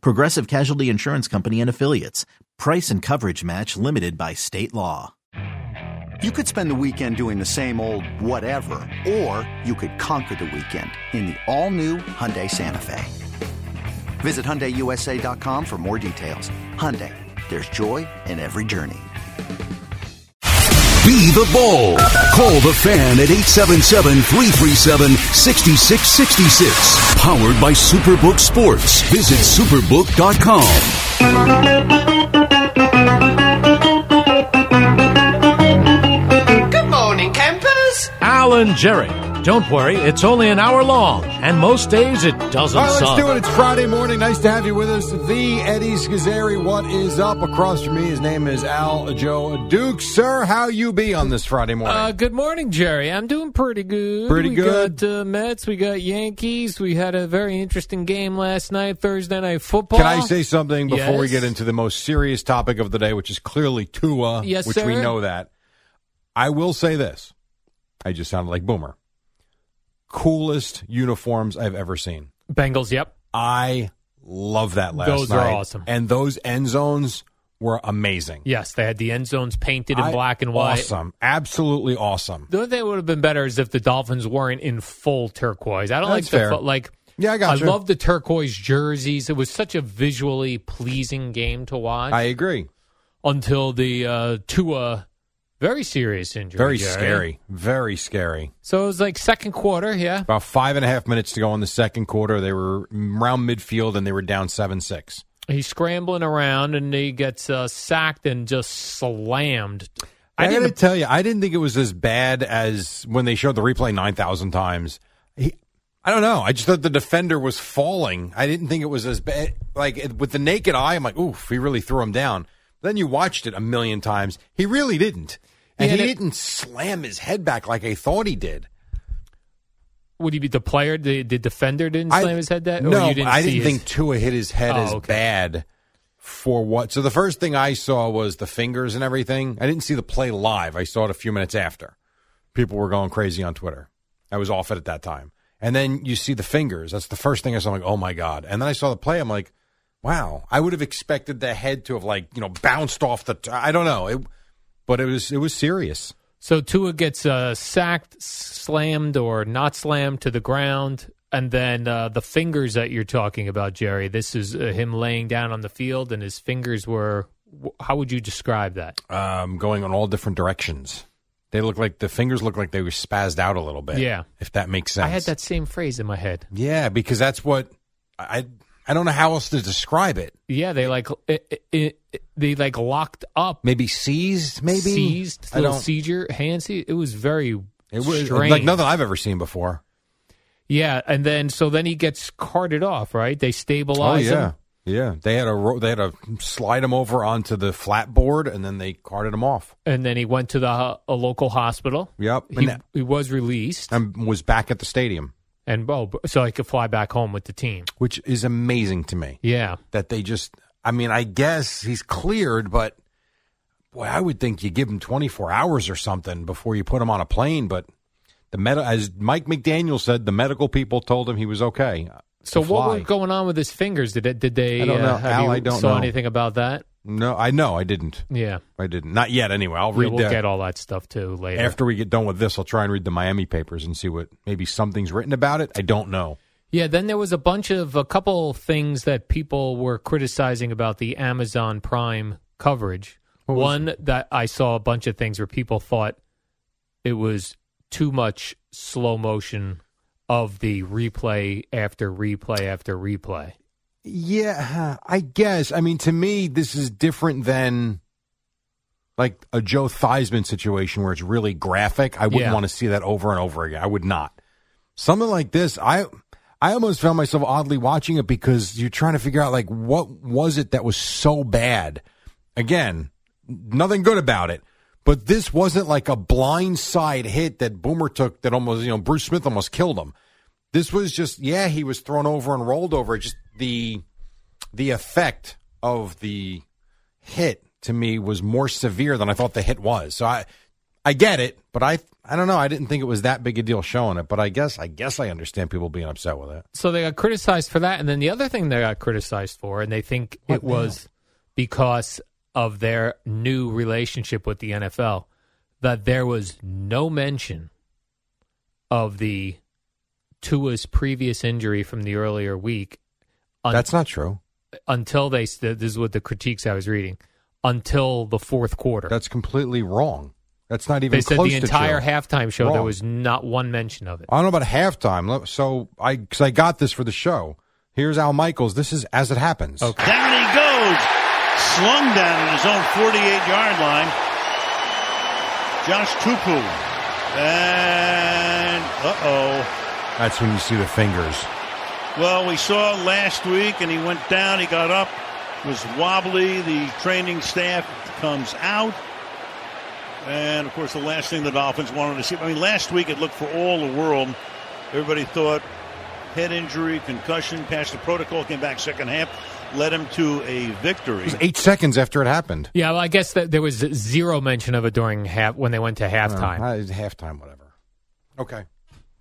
Progressive Casualty Insurance Company and Affiliates. Price and coverage match limited by state law. You could spend the weekend doing the same old whatever, or you could conquer the weekend in the all-new Hyundai Santa Fe. Visit HyundaiUSA.com for more details. Hyundai, there's joy in every journey. Be the Bull. Call the fan at 877-337-6666. Powered by Superbook Sports. Visit superbook.com. Good morning, campers. Alan Jerry. Don't worry, it's only an hour long, and most days it doesn't All right, let's suck. do it. It's Friday morning. Nice to have you with us. The Eddie Schizzeri. What is up? Across from me, his name is Al Joe Duke. Sir, how you be on this Friday morning? Uh, good morning, Jerry. I'm doing pretty good. Pretty we good. Got, uh, Mets. We got Yankees. We had a very interesting game last night, Thursday night football. Can I say something before we Yes. get into the most serious topic of the day, which is clearly Tua, Yes, which sir. we know that. I will say this. I just sounded like Boomer. Coolest uniforms I've ever seen. Bengals? Yep. I love that last Those night. are awesome. And those end zones were amazing. Yes, they had the end zones painted in I- black and white. Awesome. Absolutely awesome. The only thing that would have been better is if the Dolphins weren't in full turquoise. I don't That's like the fair. fu- like. Yeah, I got I you. love the turquoise jerseys. It was such a visually pleasing game to watch I agree. until the uh, Tua very serious injury. Very Jerry. scary. Very scary. So it was like second quarter. Yeah. About five and a half minutes to go in the second quarter. They were around midfield and they were down 7 6. He's scrambling around and he gets uh, sacked and just slammed. I, got to didn't. tell you, I didn't think it was as bad as when they showed the replay 9,000 times. He, I don't know. I just thought the defender was falling. I didn't think it was as bad. Like it- with the naked eye, I'm like, oof, he really threw him down. Then you watched it a million times. He really didn't. And Yeah, he and it- didn't slam his head back like I thought he did. Would he be the player? The, the defender didn't I- slam his head that. No, or you didn't I see didn't his- think Tua hit his head Oh, as okay. bad for what. So the first thing I saw was the fingers and everything. I didn't see the play live. I saw it a few minutes after. People were going crazy on Twitter. I was off it at that time. And then you see the fingers. That's the first thing I saw. I'm like, oh my god. And then I saw the play. I'm like, wow. I would have expected the head to have like you know bounced off the. T- I don't know. It, but it was it was serious. so. Tua gets uh, sacked, slammed, or not slammed to the ground, and then uh, the fingers that you're talking about, Jerry. This is uh, him laying down on the field, and his fingers were. wh- How would you describe that? um, going on all different directions. They look like the fingers look like they were spazzed out a little bit. Yeah. if that makes sense. I had that same phrase in my head. Yeah, because that's what I I don't know how else to describe it. Yeah, they like it, it, it, they like locked up Maybe seized, maybe seized, I little don't- seizure, hand seized. It was very It was strange. like nothing I've ever seen before. Yeah, and then so then he gets carted off, right? They stabilize Oh, yeah, him. yeah. They had a ro- they had to slide him over onto the flat board, and then they carted him off. And then he went to the ho- a local hospital. Yep, He, and, that- he was released, and was back at the stadium, and oh, so he could fly back home with the team. which is amazing to me. Yeah, that they just I mean, I guess he's cleared, but boy, I would think you give him 24 hours or something before you put him on a plane, but the med- as Mike McDaniel said, the medical people told him he was okay. So to what fly. was going on with his fingers? Did it, did they? I don't know. Uh, have Al, you I don't saw know. anything about that? No, I know I didn't. Yeah, I didn't. Not yet anyway. I'll Yeah, read we'll that. get all that stuff too later. After we get done with this, I'll try and read the Miami papers and see what maybe something's written about it. I don't know. Yeah, then there was a bunch of a couple things that people were criticizing about the Amazon Prime coverage. What was One that I saw a bunch of things where people thought it was too much slow motion of the replay after replay after replay. Yeah, I guess. I mean, to me, this is different than like a Joe Theismann situation where it's really graphic. I wouldn't Yeah. want to see that over and over again. I would not. Something like this, I I almost found myself oddly watching it because you're trying to figure out like what was it that was so bad. Again, nothing good about it. But this wasn't like a blind side hit that Boomer took that almost, you know, Bruce Smith almost killed him. This was just, yeah, he was thrown over and rolled over. Just the the effect of the hit to me was more severe than I thought the hit was. So I I get it, but I I don't know. I didn't think it was that big a deal showing it, but I guess I guess I understand people being upset with it. So they got criticized for that, and then the other thing they got criticized for, and they think What it was because of their new relationship with the NFL, that there was no mention of the Tua's previous injury from the earlier week un- That's not true. until they. s- This is what the critiques I was reading until the fourth quarter. That's completely wrong. That's not even they said close the to entire true. halftime show there Wrong. was not one mention of it. I don't know about halftime. Let- So I because I got this for the show. Here's Al Michaels. This is as it happens. Okay. Down he goes. Slung down on his own 48-yard line. Josh Tupu. And, uh-oh. That's when you see the fingers. Well, we saw last week, and he went down. He got up. Was wobbly. The training staff comes out. And, of course, the last thing the Dolphins wanted to see. I mean, last week it looked for all the world. Everybody thought head injury, concussion, passed the protocol, came back second half, led him to a victory. It was eight seconds after it happened. Yeah, well, I guess that there was zero mention of it during half when they went to halftime. Uh, halftime, whatever. Okay.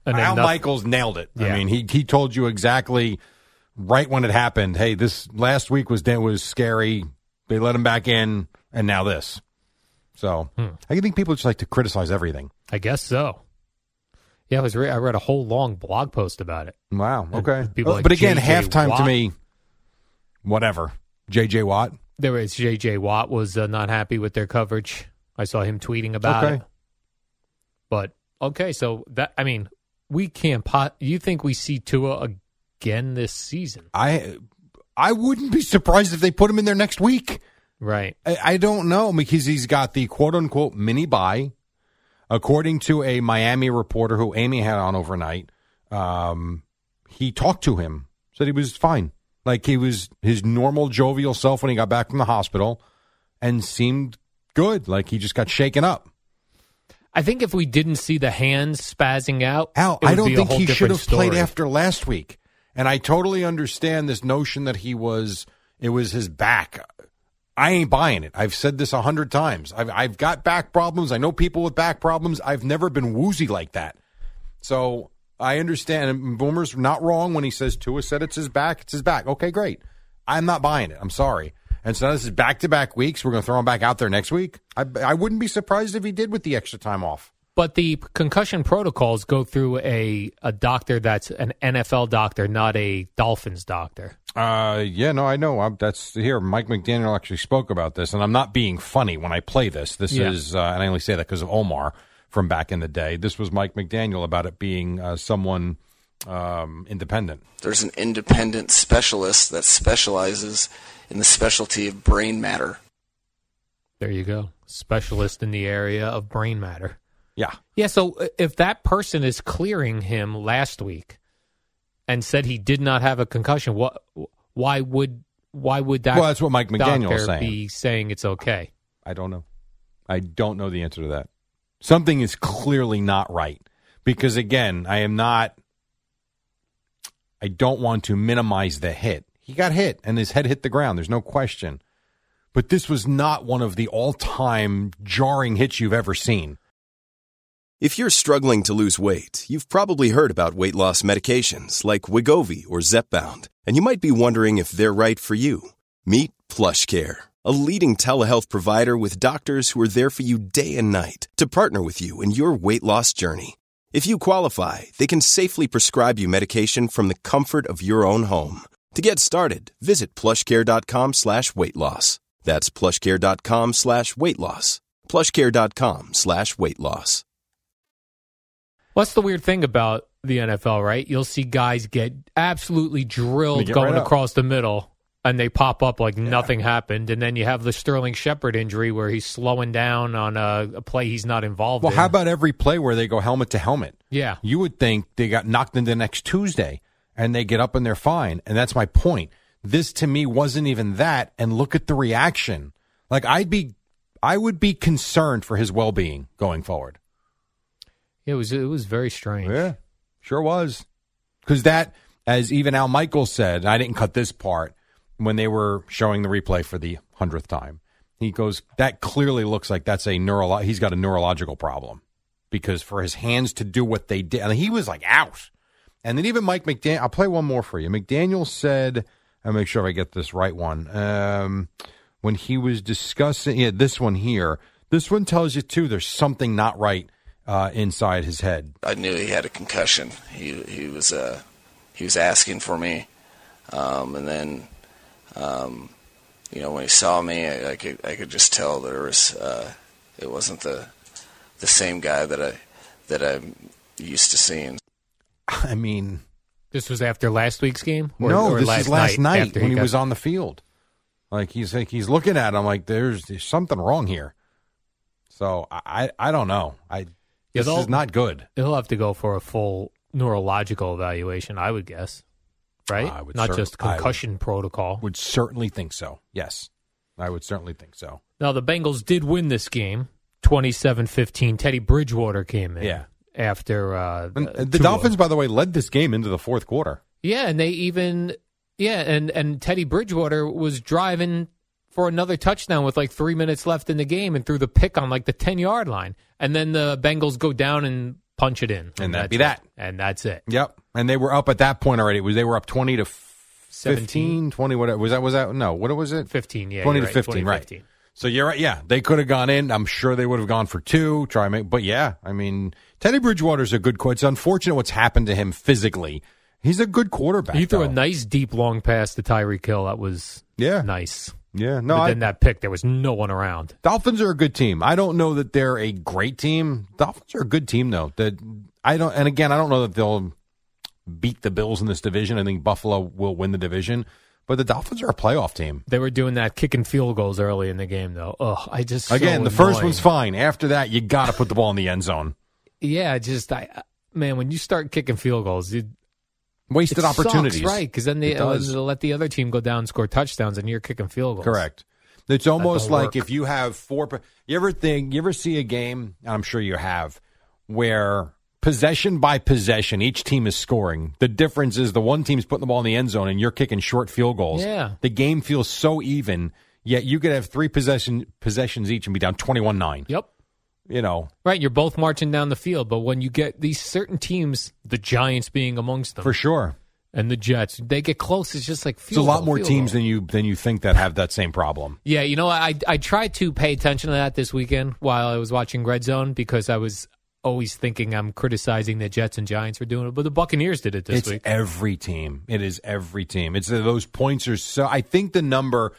and then Al nothing- Michaels nailed it. I Yeah. mean, he he told you exactly right when it happened. Hey, this last week was was scary. They let him back in, and now this. So Hmm. I think people just like to criticize everything. I guess so. Yeah, I was. Re- I read a whole long blog post about it. Wow. Okay. people Uh, like but again, J.J. halftime to Watt. me, whatever. JJ Watt. There was J.J. Watt was uh, not happy with their coverage. I saw him tweeting about Okay. it. But okay, so that I mean, we can't pot. You think we see Tua again this season, I I wouldn't be surprised if they put him in there next week. right? I, I don't know because he's got the quote unquote mini buy, according to a Miami reporter who Amy had on overnight. Um, he talked to him, said he was fine, like he was his normal jovial self when he got back from the hospital, and seemed good, like he just got shaken up. I think if we didn't see the hands spazzing out, Al, it would I don't be a think whole he should different have played story. after last week. And I totally understand this notion that he was it was his back. I ain't buying it. I've said this a hundred times. I've I've got back problems. I know people with back problems. I've never been woozy like that. So I understand. And Boomer's not wrong when he says Tua said it's his back. It's his back. Okay, great. I'm not buying it. I'm sorry. And so now this is back to back weeks. We're going to throw him back out there next week. I, I wouldn't be surprised if he did with the extra time off. But the concussion protocols go through a, a doctor that's an NFL doctor, not a Dolphins doctor. Uh, yeah, no, I know. I'm, that's here. Mike McDaniel actually spoke about this, and I'm not being funny when I play this. This Yeah. is, uh, and I only say that because of Omar from back in the day. This was Mike McDaniel about it being uh, someone um, independent. There's an independent specialist that specializes in the specialty of brain matter. There you go. Specialist in the area of brain matter. Yeah, Yeah, so i- if that person is clearing him last week and said he did not have a concussion, what why would why would that Well, that's what Mike McDaniel doctor was saying. be saying it's okay? I don't know. I don't know the answer to that. Something is clearly not right because again, I am not. I don't want to minimize the hit. He got hit, and his head hit the ground. There's no question. But this was not one of the all-time jarring hits you've ever seen. If you're struggling to lose weight, you've probably heard about weight loss medications like Wigovi or Zepbound, and you might be wondering if they're right for you. Meet PlushCare, a leading telehealth provider with doctors who are there for you day and night to partner with you in your weight loss journey. If you qualify, they can safely prescribe you medication from the comfort of your own home. To get started, visit plushcare.com slash weight loss. That's plushcare.com slash weight loss. plushcare.com slash weight loss. What's the weird thing about the NFL, right? You'll see guys get absolutely They drilled get going right up. across the middle and they pop up like nothing happened. And then you have the Sterling Shepard injury where he's slowing down on a, a play he's not involved Well, in. how about every play where they go helmet to helmet? Yeah. You would think they got knocked into next Tuesday, and they get up and they're fine. And that's my point. This to me wasn't even that. And look at the reaction. Like I'd be, I would be concerned for his well being going forward. It was it was very strange. Yeah, sure was. Because that, as even Al Michaels said, I didn't cut this part when they were showing the replay for the hundredth time. He goes, that clearly looks like that's a neuro. He's got a neurological problem because for his hands to do what they did, and he was like out. And then even Mike McDaniel, I'll play one more for you. McDaniel said, I'll make sure I get this right one. Um, when he was discussing yeah, this one here, this one tells you too. There's something not right uh, inside his head. I knew he had a concussion. He he was uh, he was asking for me, um, and then um, you know when he saw me, I, I could I could just tell there was uh, it wasn't the the same guy that I that I'm used to seeing. I mean, This was after last week's game. no, this last is last night, after when he, got- was on the field. Like he's like he's looking at him like there's, there's something wrong here. So I I, I don't know. I Yeah, this they'll- is not good. He'll have to go for a full neurological evaluation, I would guess. Right? I would Not cer- just I would- concussion protocol. Would certainly think so. Yes, I would certainly think so. Now, the Bengals did win this game 27 15. Teddy Bridgewater came in. Yeah. After uh, And uh, the Tua. Dolphins, by the way, led this game into the fourth quarter. Yeah, and they even. Yeah, and, and Teddy Bridgewater was driving for another touchdown with like three minutes left in the game and threw the pick on like the 10 yard line. And then the Bengals go down and punch it in. And that'd be that's that. it. And that's it. Yep, and they were up at that point already. It was they were up twenty to 17. 15, 20, What was that? Was that no? What was it? 15, yeah. 20 you're to 15, right. So you're right. Yeah, they could have gone in. I'm sure they would have gone for two. Try make, but yeah, I mean, Teddy Bridgewater's a good. qu- It's unfortunate what's happened to him physically. He's a good quarterback. He threw a though. nice deep long pass to Tyreek Hill. That was Yeah, nice. yeah. No, but I, then that pick, there was no one around. Dolphins are a good team. I don't know that they're a great team. Dolphins are a good team though. That I don't. And again, I don't know that they'll beat the Bills in this division. I think Buffalo will win the division, but the Dolphins are a playoff team. They were doing that kicking field goals early in the game, though. Ugh, I just so Again, the first annoying. one's fine. After that, you got to put the ball in the end zone. Yeah, just I man, when you start kicking field goals, you, Wasted it opportunities, sucks, right? Because then they It uh, does. they'll let the other team go down and score touchdowns, and you're kicking field goals. Correct. It's almost don't like work. if you have four. po- You ever think? You ever see a game? and I'm sure you have, where possession by possession, each team is scoring. The difference is the one team's putting the ball in the end zone, and you're kicking short field goals. Yeah. the game feels so even. Yet you could have three possession possessions each and be down twenty-one nine. Yep. You know, Right, you're both marching down the field, but when you get these certain teams, the Giants being amongst them, for sure. and the Jets, they get close. It's just like It's a field lot goal, more field teams goal. than you than you think that have that same problem. Yeah, you know, I I tried to pay attention to that this weekend while I was watching Red Zone because I was always thinking I'm criticizing the Jets and Giants for doing it, but the Buccaneers did it this it's week. every team. It is every team. It's those points are so. I think the number,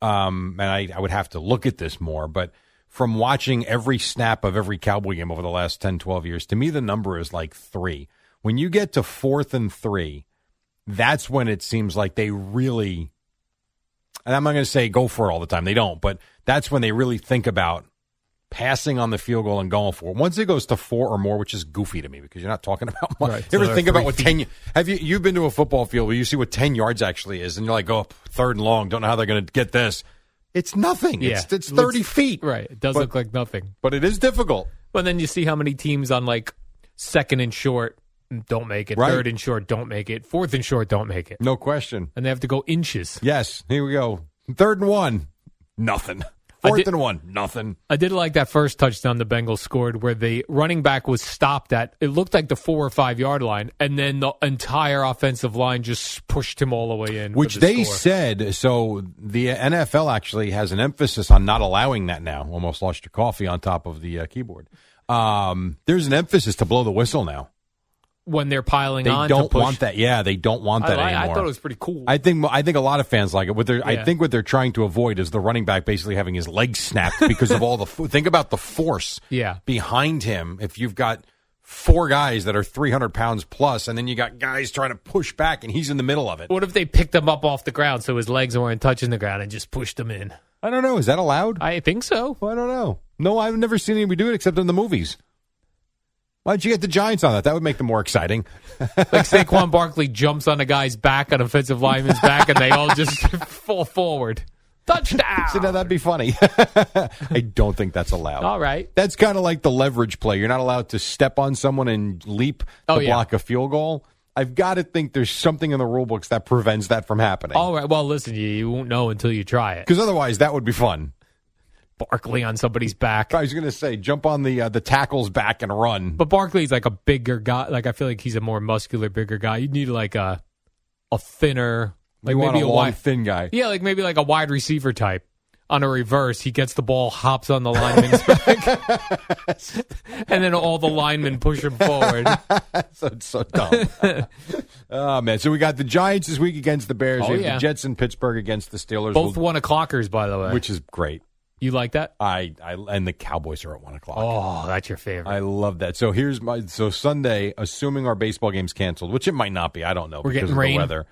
um, and I, I would have to look at this more, but from watching every snap of every Cowboy game over the last 10, 12 years, to me, the number is like three. When you get to fourth and three, that's when it seems like they really, and I'm not going to say go for it all the time. They don't, but that's when they really think about passing on the field goal and going for it. Once it goes to four or more, which is goofy to me because you're not talking about much. Right. You ever So think they're about what ten? y- Have you you've been to a football field where you see what ten yards actually is, and you're like, oh, third and long. Don't know how they're going to get this. It's nothing. Yeah. It's, it's thirty Looks- feet, Right, it does But- look like nothing. But it is difficult. But then you see how many teams on like second and short don't make it, Right. third and short don't make it, fourth and short don't make it, No question. and they have to go inches. Yes. Here we go. Third and one. Nothing. I Fourth did- and one. Nothing. I did like that first touchdown the Bengals scored where the running back was stopped at it looked like the 4 or 5 yard line and then the entire offensive line just pushed him all the way in for Which the they score. said. So the NFL actually has an emphasis on not allowing that now. Almost lost your coffee on top of the uh, keyboard. Um, there's an emphasis to blow the whistle now. when they're piling They on to don't push. want that. Yeah, they don't want that I, I- I anymore. thought it was pretty cool. I think I think a lot of fans like it. What they're I Yeah. think what they're trying to avoid is the running back basically having his legs snapped because of all the fo- think about the force yeah. behind him. If you've got four guys that are three hundred pounds plus, and then you got guys trying to push back, and he's in the middle of it. What if they picked him up off the ground so his legs weren't touching the ground and just pushed him in? I don't know. Is that allowed? I think so. Well, I don't know. No, I've never seen anybody do it except in the movies. Why don't you get the Giants on that? That would make them more exciting. like Saquon Barkley jumps on a guy's back, on offensive lineman's back, and they all just fall forward. Touchdown! See, now that'd be funny. I don't think that's allowed. All right. That's kind of like the leverage play. You're not allowed to step on someone and leap to Oh, yeah. block a field goal. I've got to think there's something in the rule books that prevents that from happening. All right. Well, listen, you, you won't know until you try it. Because otherwise, that would be fun. Barkley on somebody's back. I was going to say, jump on the uh, the tackle's back and run. But Barkley's like a bigger guy. Like I feel like he's a more muscular, bigger guy. You need like a a thinner, like you want maybe a, a, long, wide. thin guy. yeah, like maybe like a wide receiver type. On a reverse, he gets the ball, hops on the lineman's back, and then all the linemen push him forward. so, it's so dumb. oh man! So we got the Giants this week against the Bears. Oh, we have yeah. the Jets in Pittsburgh against the Steelers, Both we'll- one o'clockers, by the way. which is great. you like that? I, I and the Cowboys are at one o'clock. Oh, that's your favorite. I love that. So here's my so Sunday, assuming our baseball game's canceled, which it might not be. I don't know We're because getting of rain? the weather.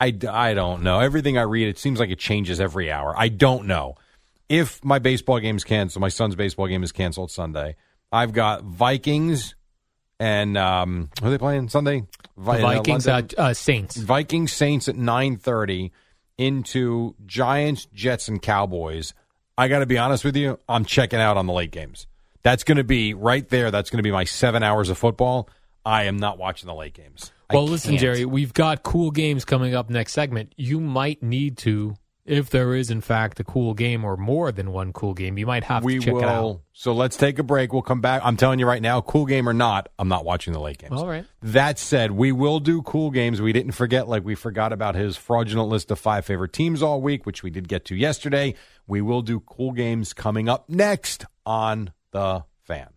I, d- I don't know. Everything I read, it seems like it changes every hour. I don't know if my baseball game's canceled. My son's baseball game is canceled Sunday. I've got Vikings and um, who are they playing Sunday? Vi- The uh, Vikings, uh, London- uh, Saints. Vikings Saints at nine thirty into Giants Jets and Cowboys. I got to be honest with you, I'm checking out on the late games. That's going to be right there. That's going to be my seven hours of football. I am not watching the late games. I Well, listen, can't. Jerry, we've got cool games coming up next segment. You might need to, if there is in fact a cool game or more than one cool game, you might have we to check will. it out. So let's take a break. We'll come back. I'm telling you right now, cool game or not, I'm not watching the late games. All right. That said, we will do cool games. We didn't forget, like we forgot about his fraudulent list of five favorite teams all week, which we did get to yesterday. We will do cool games coming up next on the fan.